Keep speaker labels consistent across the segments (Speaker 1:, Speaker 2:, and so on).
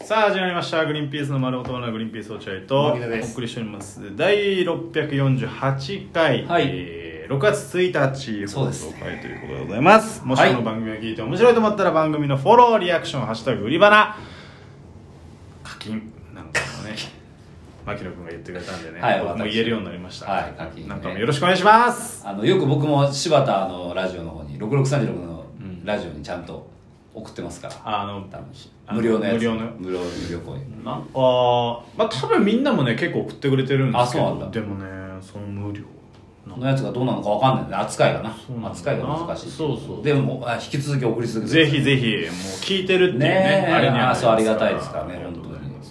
Speaker 1: さあ始まりました「グリーンピースの丸男のグリーンピース落合」とお
Speaker 2: 牧野です
Speaker 1: 送りしております第648回、
Speaker 2: はい
Speaker 1: えー6月1日
Speaker 2: そう
Speaker 1: 放
Speaker 2: です
Speaker 1: 送
Speaker 2: ね
Speaker 1: 回ということでございますもし
Speaker 2: はい
Speaker 1: この番組を聞いて面白いと思ったら番組のフォローリアクション「ハッシュタグ売り花」課金なんか もね牧野君が言ってくれたんでね、
Speaker 2: はい
Speaker 1: 僕も
Speaker 2: 私
Speaker 1: 言えるようになりました、
Speaker 2: はい課金ね
Speaker 1: なんかもよろしくお願いします
Speaker 2: あのよく僕も柴田のラジオの方に6636のラジオにちゃんと送ってますから、
Speaker 1: あの
Speaker 2: 多分
Speaker 1: あの
Speaker 2: 無料のやつ
Speaker 1: 無料の
Speaker 2: 無料無料公演
Speaker 1: なんかまあ多分みんなもね結構送ってくれてるんですけ
Speaker 2: あそうな
Speaker 1: ど
Speaker 2: んだ
Speaker 1: でもねその無料な
Speaker 2: このやつがどうなのかわかんないんで扱いがな
Speaker 1: うなんだな
Speaker 2: 扱いが難しい
Speaker 1: そうそう
Speaker 2: でもあ引き続き送り続けてく
Speaker 1: ぜ
Speaker 2: ださい
Speaker 1: ひぜひもう聞いてるっていうね
Speaker 2: ねえ
Speaker 1: あれには
Speaker 2: あそうありがたいですからね本当に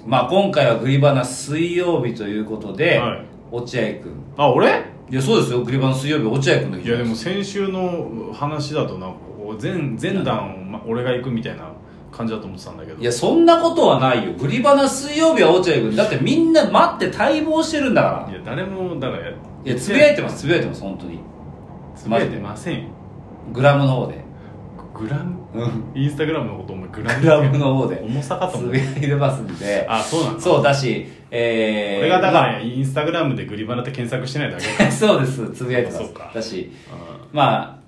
Speaker 2: まあ今回はグリバナ水曜日ということで、
Speaker 1: はい
Speaker 2: 落合君
Speaker 1: あ俺
Speaker 2: いやそうですよグリバナ水曜日落合君の日
Speaker 1: いやでも先週の話だとなんかこう前前段をま俺が行くみたいな感じだと思ってたんだけど
Speaker 2: いやそんなことはないよグリバナ水曜日は落合君だってみんな待って待望してるんだから
Speaker 1: いや誰もだから
Speaker 2: いやつぶやいてますつぶやいてます本当に
Speaker 1: つぶやいてませんよ
Speaker 2: グラムの方で
Speaker 1: グラム
Speaker 2: うん
Speaker 1: インスタグラムのことお前グラム
Speaker 2: グラムの方で
Speaker 1: 重さかと
Speaker 2: つ
Speaker 1: 思っ
Speaker 2: ぶ
Speaker 1: て
Speaker 2: やいてますんで
Speaker 1: あそうなんだ
Speaker 2: そうだしえー、
Speaker 1: 俺がだか
Speaker 2: ま
Speaker 1: らインスタグラムでグリバナって検索してないだけ
Speaker 2: あそうですつぶやいてま
Speaker 1: そう
Speaker 2: す
Speaker 1: か
Speaker 2: だし
Speaker 1: うん
Speaker 2: まあ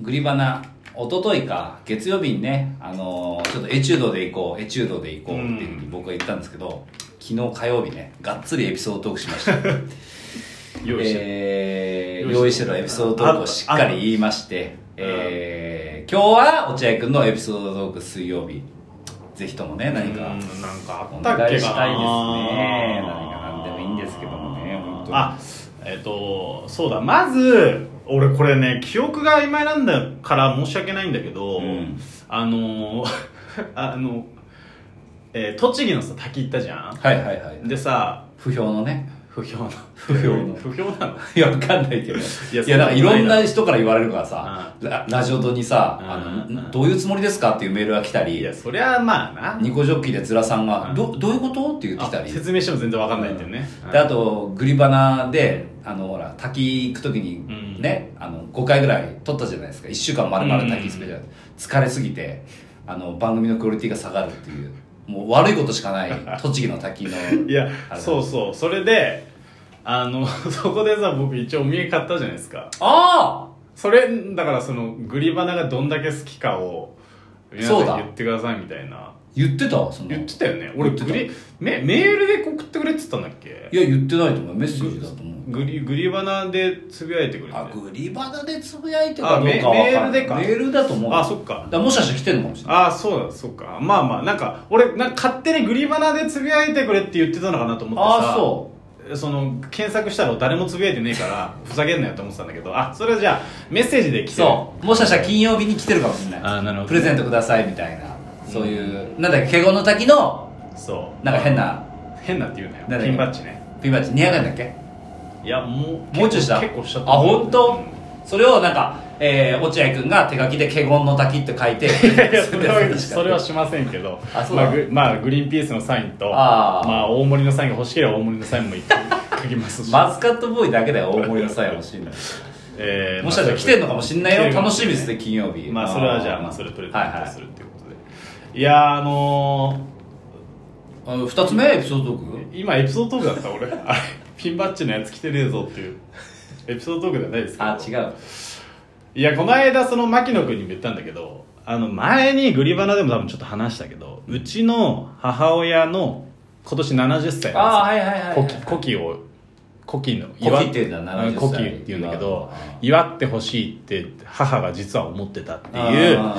Speaker 2: グリバナ一昨日か月曜日にね、あのーちょっとエチュードで行こうエチュードで行こうっていうふうに僕は言ったんですけど、昨日火曜日ねがっつりエピソードトークしました
Speaker 1: 用意してる、
Speaker 2: えー
Speaker 1: 用
Speaker 2: 用
Speaker 1: 意
Speaker 2: 意
Speaker 1: し
Speaker 2: してて
Speaker 1: た
Speaker 2: たエピソードトークをしっかり言いまして、えー、今日は落合君のエピソードトーク水曜日ぜひともね何
Speaker 1: うん
Speaker 2: か
Speaker 1: なんかあ
Speaker 2: お
Speaker 1: ったっけかな
Speaker 2: 願いしたいですね何か何でもいいんですけどもね本当に
Speaker 1: あえっ、とそうだまず俺これね記憶が曖昧なんだから申し訳ないんだけど、
Speaker 2: うん
Speaker 1: あの ーあの、えー栃木のさ滝行ったじゃん
Speaker 2: はいはいはい
Speaker 1: でさ
Speaker 2: 不評のね
Speaker 1: 不評の
Speaker 2: 不評の
Speaker 1: 不評なの
Speaker 2: いやわかんないけ
Speaker 1: い
Speaker 2: どい
Speaker 1: や
Speaker 2: や
Speaker 1: そんなことないな
Speaker 2: なんかいろんな人から言われるからさララジオドにさ
Speaker 1: うん
Speaker 2: あ
Speaker 1: うんうん
Speaker 2: の「どういうつもりですか?」っていうメールが来た
Speaker 1: い
Speaker 2: り
Speaker 1: やそりゃまあな
Speaker 2: ニコジョッキーでズラさん
Speaker 1: う
Speaker 2: が
Speaker 1: ん
Speaker 2: 「どどういうこと?」って言ってきた
Speaker 1: あ
Speaker 2: り
Speaker 1: 説明しても全然わかんないっていうね、
Speaker 2: であとグリバナであのほら滝行く時に
Speaker 1: うん
Speaker 2: ね、あの5回ぐらい撮ったじゃないですか1週間丸々滝スペシャル、疲れすぎてあの番組のクオリティが下がるっていうもう悪いことしかない 栃木の滝の
Speaker 1: いや
Speaker 2: あれ
Speaker 1: そうそうそれであの そこでさ僕一応お土産買ったじゃないですか
Speaker 2: あ
Speaker 1: それだからそのグリバナがどんだけ好きかを皆さ
Speaker 2: そ
Speaker 1: ん
Speaker 2: うだ
Speaker 1: 言ってくださいみたいな
Speaker 2: ー言ってたわその
Speaker 1: 言ってたよね俺
Speaker 2: 言って
Speaker 1: グ
Speaker 2: た
Speaker 1: リメメールで送ってくれって言ったんだっけ
Speaker 2: いや言ってないと思うメッセージだと思う
Speaker 1: グリグリバナでつぶやいてくれて
Speaker 2: あグリバナでつぶやいてかどうか
Speaker 1: あ
Speaker 2: は
Speaker 1: メメールでか
Speaker 2: メールだと思う
Speaker 1: あそっか
Speaker 2: だらもしかしたら来てるのかもしれない
Speaker 1: ああそうだそうかまあまあなんか俺なんか勝手にグリバナでつぶやいてくれって言ってたのかなと思ってさ
Speaker 2: あそう
Speaker 1: その検索したら誰もつぶやいてねえから ふざけんなよと思ってたんだけどあそれはじゃあメッセージで来てる
Speaker 2: そうもしかしたら金曜日に来てるかもしれない
Speaker 1: あーなるほど
Speaker 2: プレゼントくださいみたいなそういう、なんだっけ華厳の滝の
Speaker 1: そう
Speaker 2: なんか変な
Speaker 1: 変なって言うなよ
Speaker 2: なんだっけ
Speaker 1: ピンバッジね
Speaker 2: ピンバッジ200円だっけ
Speaker 1: いやもう
Speaker 2: もうちょいした
Speaker 1: 結構した
Speaker 2: あ本当、
Speaker 1: うん
Speaker 2: それをなんか、えー、落合君が手書きで「華厳の滝」って書い て
Speaker 1: いやそ れ
Speaker 2: 確
Speaker 1: は
Speaker 2: か
Speaker 1: それはしませんけど
Speaker 2: あそうだ
Speaker 1: まあグまあグリーンピースのサインと
Speaker 2: あー
Speaker 1: まあ大盛りのサインが欲しければ大盛りのサインも一回書きますし、
Speaker 2: マスカットボーイだけだよ大盛りの際欲しいの
Speaker 1: えー
Speaker 2: もしかしたら来てるのかもしんない
Speaker 1: 来て
Speaker 2: よ
Speaker 1: るかもし
Speaker 2: 楽し
Speaker 1: れ
Speaker 2: み
Speaker 1: ない
Speaker 2: ですね金曜日
Speaker 1: まあそれはじゃあまあそれ取れた
Speaker 2: はい
Speaker 1: り
Speaker 2: はい
Speaker 1: するっていうことで、い、やーあの
Speaker 2: あの2つ目エピソードトーク
Speaker 1: ー、今エピソードトークだった俺あれピンバッジのやつ来てねえぞっていうエピソードトークではないですけど
Speaker 2: あ違う
Speaker 1: いやこの間その牧野君にも言ったんだけどあの前にグリバナでも多分ちょっと話したけどうちの母親の今年70歳なんですよ
Speaker 2: あーはいはいはいはい
Speaker 1: 古希古希を古希の
Speaker 2: 古希っていうんだ
Speaker 1: う
Speaker 2: 70
Speaker 1: ん
Speaker 2: 歳
Speaker 1: 古希っていうんだけど祝ってほしいって母が実は思ってたっていう
Speaker 2: あ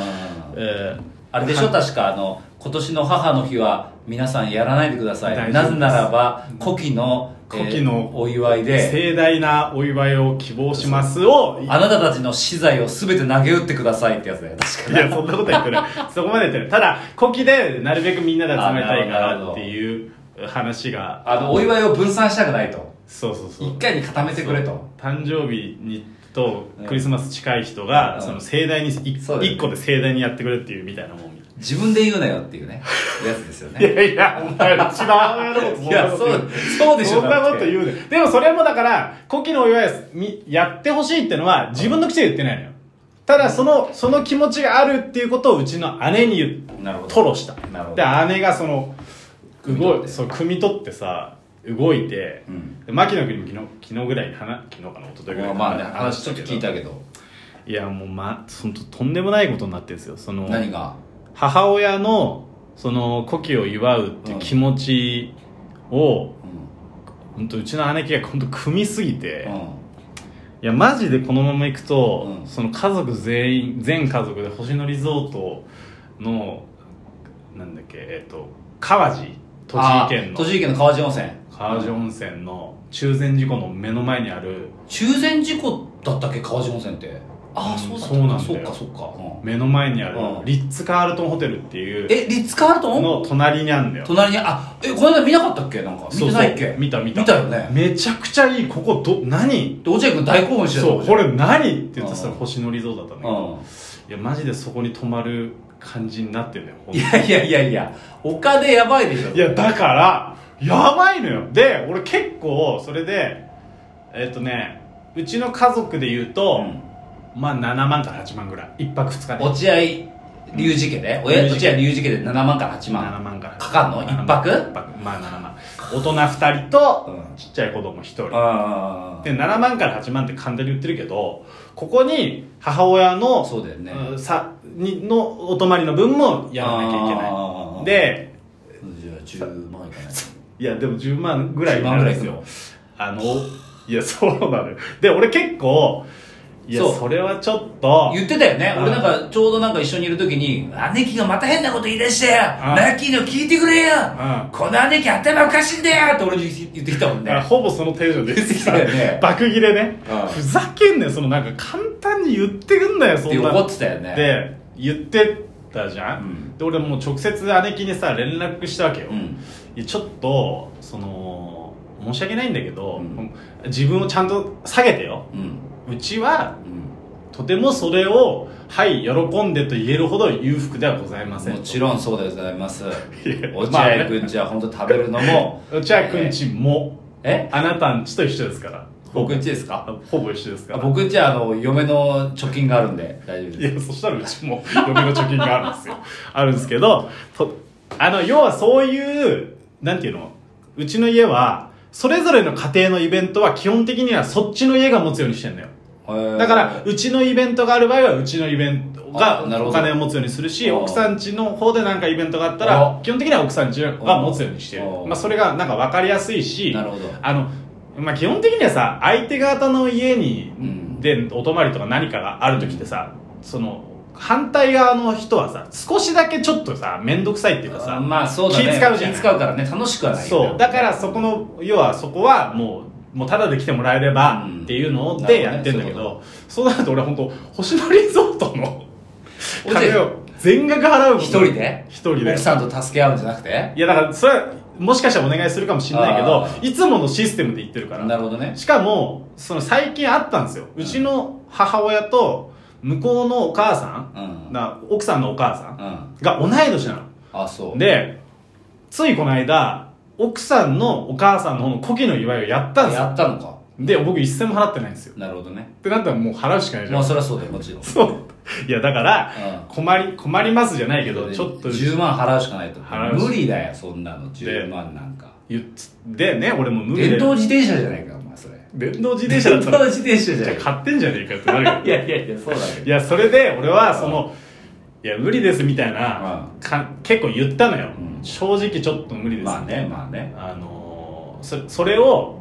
Speaker 2: ー
Speaker 1: えー
Speaker 2: あれでしょ確かあの今年の母の日は皆さんやらないでくださ
Speaker 1: 大丈夫
Speaker 2: いな
Speaker 1: です
Speaker 2: ぜならば古希の
Speaker 1: 古希の
Speaker 2: えーお祝いで
Speaker 1: 盛大なお祝いを希望しますを
Speaker 2: あなたたちの資材を全て投げ打ってくださいってやつだよ確か
Speaker 1: いやそんなことは言ってないそこまで言ってないただ古希でなるべくみんなで集めたいか
Speaker 2: あなる
Speaker 1: ら
Speaker 2: ほど
Speaker 1: っていう話が
Speaker 2: あのお祝いを分散したくないと
Speaker 1: そうそうそう
Speaker 2: 一回に固めてくれと
Speaker 1: 誕生日にとクリスマス近い人が、
Speaker 2: うん
Speaker 1: その盛大に 1,
Speaker 2: そうだよね
Speaker 1: 個で盛大にやってくれっていうみたいなもんみた
Speaker 2: 自分で言うなよっていうねやつですよ
Speaker 1: い
Speaker 2: ね
Speaker 1: ないやいやお前うちの母親のことそん
Speaker 2: い
Speaker 1: な
Speaker 2: や
Speaker 1: こ
Speaker 2: そ
Speaker 1: と
Speaker 2: うそうでしょ
Speaker 1: そんなこと言
Speaker 2: う
Speaker 1: うででもそれもだから古希のお祝いみやってほしいってのは自分の口で言ってないのよただそのその気持ちがあるっていうことをうちの姉に言う
Speaker 2: なるほど
Speaker 1: 吐露した
Speaker 2: なるほど
Speaker 1: で姉がその
Speaker 2: 汲み取
Speaker 1: 動
Speaker 2: っ
Speaker 1: い
Speaker 2: て
Speaker 1: そう汲み取ってさ動いて
Speaker 2: うん
Speaker 1: で牧野君にも昨日昨日ぐらいに話昨日かな一昨日ぐらいに
Speaker 2: まあね話ちょっと聞いたけど
Speaker 1: いやもう、ま、そのとんでもないことになってるんですよその
Speaker 2: 何が
Speaker 1: 母親のその古希を祝うっていう気持ちを、
Speaker 2: う
Speaker 1: 本当うちの姉貴が本当組みすぎて、
Speaker 2: ん
Speaker 1: いやマジでこのままいくと、
Speaker 2: うん
Speaker 1: その家族全員全家族で星野リゾートのなんだっけえっと川路栃木県
Speaker 2: あ
Speaker 1: の
Speaker 2: 栃木県の川治温泉
Speaker 1: 川路温泉の中禅寺湖の目の前にある
Speaker 2: 中禅寺湖だったっけ川治温泉ってああ
Speaker 1: う
Speaker 2: そ
Speaker 1: ん
Speaker 2: うだった
Speaker 1: そうなんだよ
Speaker 2: そっかそっか、うん
Speaker 1: 目の前にある
Speaker 2: うん
Speaker 1: リッツ・カールトンホテルっていう
Speaker 2: えリッツ・カールトン
Speaker 1: の隣にあるんだよ
Speaker 2: 隣にあえこの間見なかったっけなんか見てないっ
Speaker 1: そう
Speaker 2: け
Speaker 1: そう見た見た
Speaker 2: 見たよね
Speaker 1: めちゃくちゃいいここど何
Speaker 2: で落合君大興奮してた
Speaker 1: そうこれ何って言って
Speaker 2: うん
Speaker 1: それ星野リゾートだったんだけど
Speaker 2: う
Speaker 1: いやマジでそこに泊まる感じになってるねほん
Speaker 2: んい
Speaker 1: と
Speaker 2: やいやいやいや他でやばいでしょ
Speaker 1: いやだからやばいのよで俺結構それでえっ、とねうちの家族で言うと、まあ7万から8万ぐらい1泊2日で
Speaker 2: 落合龍二家で、親
Speaker 1: 龍二家
Speaker 2: 落合龍二家で7万から8
Speaker 1: 7
Speaker 2: 万
Speaker 1: 万から
Speaker 2: かかんの
Speaker 1: 7万
Speaker 2: 一泊
Speaker 1: 一泊まあ7万大人2人と、
Speaker 2: うん
Speaker 1: ちっちゃい子供1人
Speaker 2: あ
Speaker 1: で7万から8万って簡単に売ってるけどここに母親の
Speaker 2: あそうだよね
Speaker 1: うんさにのお泊まりの分もやらなきゃいけな
Speaker 2: ない
Speaker 1: で
Speaker 2: じゃあ10万いかない
Speaker 1: いやでも10万ぐらい
Speaker 2: 10
Speaker 1: にな
Speaker 2: 万ぐ
Speaker 1: るん
Speaker 2: らい
Speaker 1: です
Speaker 2: いく
Speaker 1: よ
Speaker 2: よ
Speaker 1: あのいやそうなのよで俺結構いや
Speaker 2: そう
Speaker 1: それはちょっと
Speaker 2: 言ってたよね
Speaker 1: うん
Speaker 2: 俺なんかちょうどなんか一緒にいる時に姉貴がまた変なこと言い出したよ
Speaker 1: うん
Speaker 2: ラッキーの聞いてくれよ
Speaker 1: ん
Speaker 2: この姉貴頭おかしいんだよって俺に言ってきたもんね
Speaker 1: あほぼそのテンションで言ってきた
Speaker 2: 言ってき たよね
Speaker 1: 爆切れね
Speaker 2: うん
Speaker 1: ふざけんなよそのなんか簡単に言ってくんなよそ
Speaker 2: って
Speaker 1: んな
Speaker 2: 怒ってたよね
Speaker 1: で言ってたじゃん、
Speaker 2: うん
Speaker 1: で俺もう直接姉貴にさ連絡したわけよ、
Speaker 2: うん
Speaker 1: いやちょっとその申し訳ないんだけど、
Speaker 2: うん
Speaker 1: 自分をちゃんと下げてよ
Speaker 2: うん
Speaker 1: うちは
Speaker 2: う
Speaker 1: とてもそれをはい喜んでと言えるほど裕福ではございませ
Speaker 2: ん
Speaker 1: ん
Speaker 2: もち
Speaker 1: ん
Speaker 2: ろんそうでございます
Speaker 1: や
Speaker 2: 落合君ちは本当食べるのも
Speaker 1: じゃあくんちも
Speaker 2: え
Speaker 1: あなたんちと一緒ですから
Speaker 2: 僕んちですか
Speaker 1: あほぼ一緒ですか
Speaker 2: あ
Speaker 1: ら
Speaker 2: 僕んちはあの嫁の貯金があるんで大丈夫
Speaker 1: い
Speaker 2: です
Speaker 1: やそしたらうちも嫁の貯金があるんですよあるんですけどとあの要はそういうなんていうのうちの家はそれぞれの家庭のイベントは基本的にはそっちの家が持つようにしてんのよ
Speaker 2: へー
Speaker 1: だからうちのイベントがある場合はうちのイベントが
Speaker 2: あなるほ
Speaker 1: お
Speaker 2: ど
Speaker 1: 金を持つようにするし
Speaker 2: あー
Speaker 1: 奥さん家の方で何かイベントがあったら
Speaker 2: あ
Speaker 1: 基本的には奥さん家が持つようにしてる
Speaker 2: あー
Speaker 1: まあ、それがなんか分かりやすいし
Speaker 2: なるほど
Speaker 1: あの、まあ、基本的にはさ相手方の家に、
Speaker 2: うん
Speaker 1: でお泊まりとか何かがある時ってさその反対側の人はさ少しだけちょっとさ面倒くさいっていうかさ
Speaker 2: あまあそうだね
Speaker 1: 気使うじゃん
Speaker 2: 使うからね楽しくはないよね
Speaker 1: そうだからそこの要はそこはもうもうただで来てもらえれば
Speaker 2: うん
Speaker 1: っていうの
Speaker 2: なるほど
Speaker 1: で
Speaker 2: ね
Speaker 1: やってんだけど,、
Speaker 2: そうい
Speaker 1: そう
Speaker 2: うこ
Speaker 1: なると俺本当星野リゾートの
Speaker 2: おじ
Speaker 1: 金を全額払う
Speaker 2: 一人で
Speaker 1: 一人で
Speaker 2: 奥さんと助け合うんじゃなくて
Speaker 1: いやだからそれはもしかしたらお願いするかもしれないけど
Speaker 2: あー
Speaker 1: いつものシステムで言ってるから
Speaker 2: なるほどね
Speaker 1: しかもその最近あったんですようちの母親と向こうのお母さ、
Speaker 2: うんん
Speaker 1: な奥さんのお母さん
Speaker 2: うん
Speaker 1: が同い年な
Speaker 2: あそ
Speaker 1: の
Speaker 2: う
Speaker 1: でついこの間奥さんのお母さんの方の古希の祝いをやったんですよ
Speaker 2: やったのか
Speaker 1: で僕一銭も払ってないんですよ
Speaker 2: なるほどね
Speaker 1: ってなったらもう払うしかないじゃ
Speaker 2: ま
Speaker 1: ん
Speaker 2: あそりゃそうだよもちろん
Speaker 1: そういやだから
Speaker 2: うん
Speaker 1: 困り困りますじゃないけどちょっと
Speaker 2: 10万払うしかないと
Speaker 1: 払うし
Speaker 2: 無理だよそんなの10万なんか
Speaker 1: 言っつでね俺も無理で
Speaker 2: 電動自転車じゃないかお前それ
Speaker 1: 電動自転車だったら
Speaker 2: 電動自転車じゃ
Speaker 1: じ
Speaker 2: な
Speaker 1: ゃ
Speaker 2: い
Speaker 1: あ買ってんじゃねえかってなるよ
Speaker 2: いやいやいやそうだけど
Speaker 1: いやそれで俺はその「いや無理です」みたいなか結構言ったのよ、
Speaker 2: うん
Speaker 1: 正直ちょっと無理です、
Speaker 2: まあねまあね
Speaker 1: あのーそそれを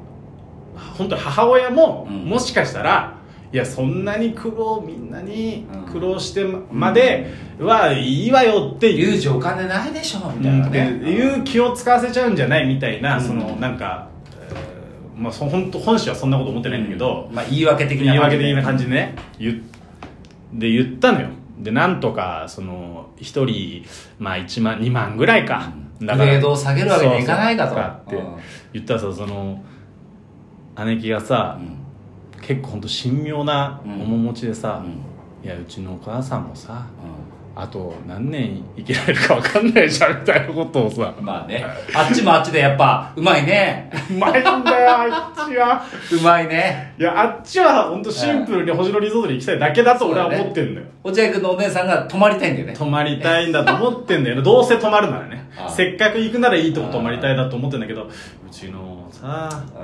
Speaker 1: 本当母親も、
Speaker 2: うん
Speaker 1: もしかしたらいやそんなに苦労みんなに
Speaker 2: うん
Speaker 1: 苦労してま,、ではいいわよっていう
Speaker 2: 言うじゃお金ないでしょみたいなね
Speaker 1: うんいう気を使わせちゃうんじゃないみたいな、
Speaker 2: うん
Speaker 1: そのなんか、えーまあ、そ本当本心はそんなこと思ってないんだけど、
Speaker 2: まあ言い訳的な
Speaker 1: 言い訳的な感
Speaker 2: じ
Speaker 1: じでね言っで言ったのよでなんとかその一人、まあ、1万2万ぐらいか,、
Speaker 2: うん
Speaker 1: だから
Speaker 2: グレードを下げるわけにはいかないだと
Speaker 1: そうそう
Speaker 2: うん
Speaker 1: って言ったらさその姉貴がさ、結構ほんと神妙な面持ちでさ、いやうちのお母さんもさあと何年生きられるか分かんないじゃんみたいなことをさ
Speaker 2: まあねあっちもあっちでやっぱうまいね
Speaker 1: うまいんだよあっちは
Speaker 2: うまいね
Speaker 1: いやあっちは本当シンプルに星野リゾートに行きたいだけだと俺は思ってんだよ
Speaker 2: 落合君のお姉さんが泊まりたいんだよね
Speaker 1: 泊まりたいんだと思ってん だよねどうせ泊まるならね
Speaker 2: ああ
Speaker 1: せっかく行くならいいとこ泊まりたいだと思ってんだけどうちのさ
Speaker 2: う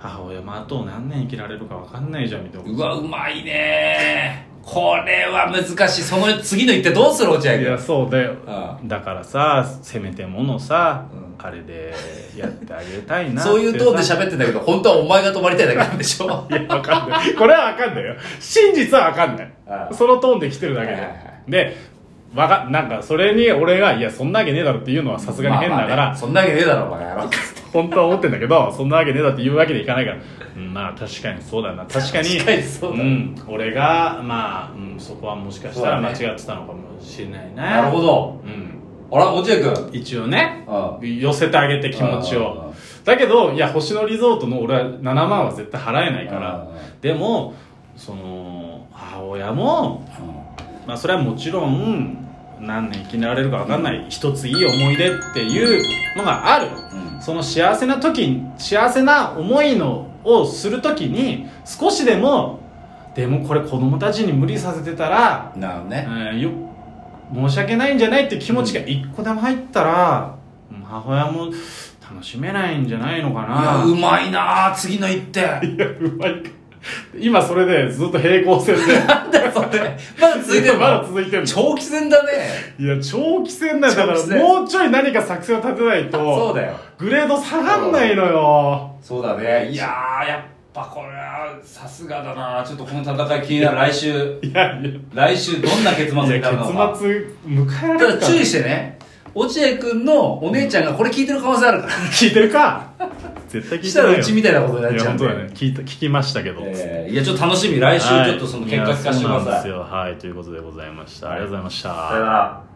Speaker 1: 母親もあと何年生きられるか分かんないじゃんみたいなん
Speaker 2: うわうまいねこれは難しいその次の一手どうする落合
Speaker 1: い
Speaker 2: 君
Speaker 1: やそうだよ
Speaker 2: あ
Speaker 1: だからさせめてものさ、
Speaker 2: う
Speaker 1: あれでやってあげたいなってさ
Speaker 2: そういうトーンで喋ってんだけど本当はお前が泊まりたいだけなんでしょ
Speaker 1: いや分かんない これは分かんないよ真実は分かんない
Speaker 2: ああ
Speaker 1: そのトーンで来てるだけで、
Speaker 2: はいはいはい
Speaker 1: でわかなんかそれに俺が「いやそんなわけねえだろ」っていうのはさすがに変だから、
Speaker 2: まあまあねそんなわけねえだろお前は
Speaker 1: 本当は思ってんだけどそんなわけねえだって言うわけにいかないから、うんまあ確かにそうだな確かに、
Speaker 2: 確かにそうだなん
Speaker 1: 俺がまあ、うん、そこはもしかしたら間
Speaker 2: そうだ
Speaker 1: 違ってたのかもしれないね
Speaker 2: なるほど
Speaker 1: うん、
Speaker 2: あら落合君
Speaker 1: 一応ね
Speaker 2: あ
Speaker 1: 寄せてあげて気持ち
Speaker 2: ああ
Speaker 1: をだけどいや星野リゾートの俺は7万は絶対払えないか
Speaker 2: あ
Speaker 1: らでもその母親も、まあ、それはもちろん何年生きられるか分かんない一ついい思い出っていうのがある
Speaker 2: うん
Speaker 1: その幸せな時に幸せな思いのをする時に少しでもでもこれ子供たちに無理させてたら、
Speaker 2: なるほど
Speaker 1: え
Speaker 2: ね
Speaker 1: ーよ申し訳ないんじゃないって気持ちが一個でも入ったら、うん母親も楽しめないんじゃないのか
Speaker 2: いや
Speaker 1: な
Speaker 2: うまいな次の一手
Speaker 1: いやうまいか今それでずっと平行線で
Speaker 2: なんだよそれまだ続いてる
Speaker 1: まだ
Speaker 2: の
Speaker 1: 続いてるの
Speaker 2: 長期戦だね
Speaker 1: いや長期戦だよだか
Speaker 2: 長期戦
Speaker 1: らもうちょい何か作戦を立てない
Speaker 2: そう
Speaker 1: と
Speaker 2: だよ
Speaker 1: グレード下がんないのよ
Speaker 2: そうだねいやーやっぱこれはさすがだなちょっとこの戦い気になる来 週
Speaker 1: いやいや
Speaker 2: 来週どんな結末
Speaker 1: い
Speaker 2: にな
Speaker 1: や
Speaker 2: るのか
Speaker 1: 結末迎えられ
Speaker 2: た
Speaker 1: る
Speaker 2: だ
Speaker 1: か
Speaker 2: 注意してね落合君のお姉ちゃんがこれ聞いてる可能性あるから
Speaker 1: 聞いてるか絶対聞いてないよ
Speaker 2: したらうちみたいなことになっ
Speaker 1: い
Speaker 2: ち
Speaker 1: や
Speaker 2: ゃうん
Speaker 1: 本当
Speaker 2: で
Speaker 1: だね聞いた聞きましたけど、
Speaker 2: えーいやちょっと楽しみ来週ちょっとその結果聞かせてくだ
Speaker 1: はいいやそうなんで
Speaker 2: さ
Speaker 1: す
Speaker 2: い
Speaker 1: よはいということでございました、
Speaker 2: はい
Speaker 1: ありがとうございました、
Speaker 2: さよなら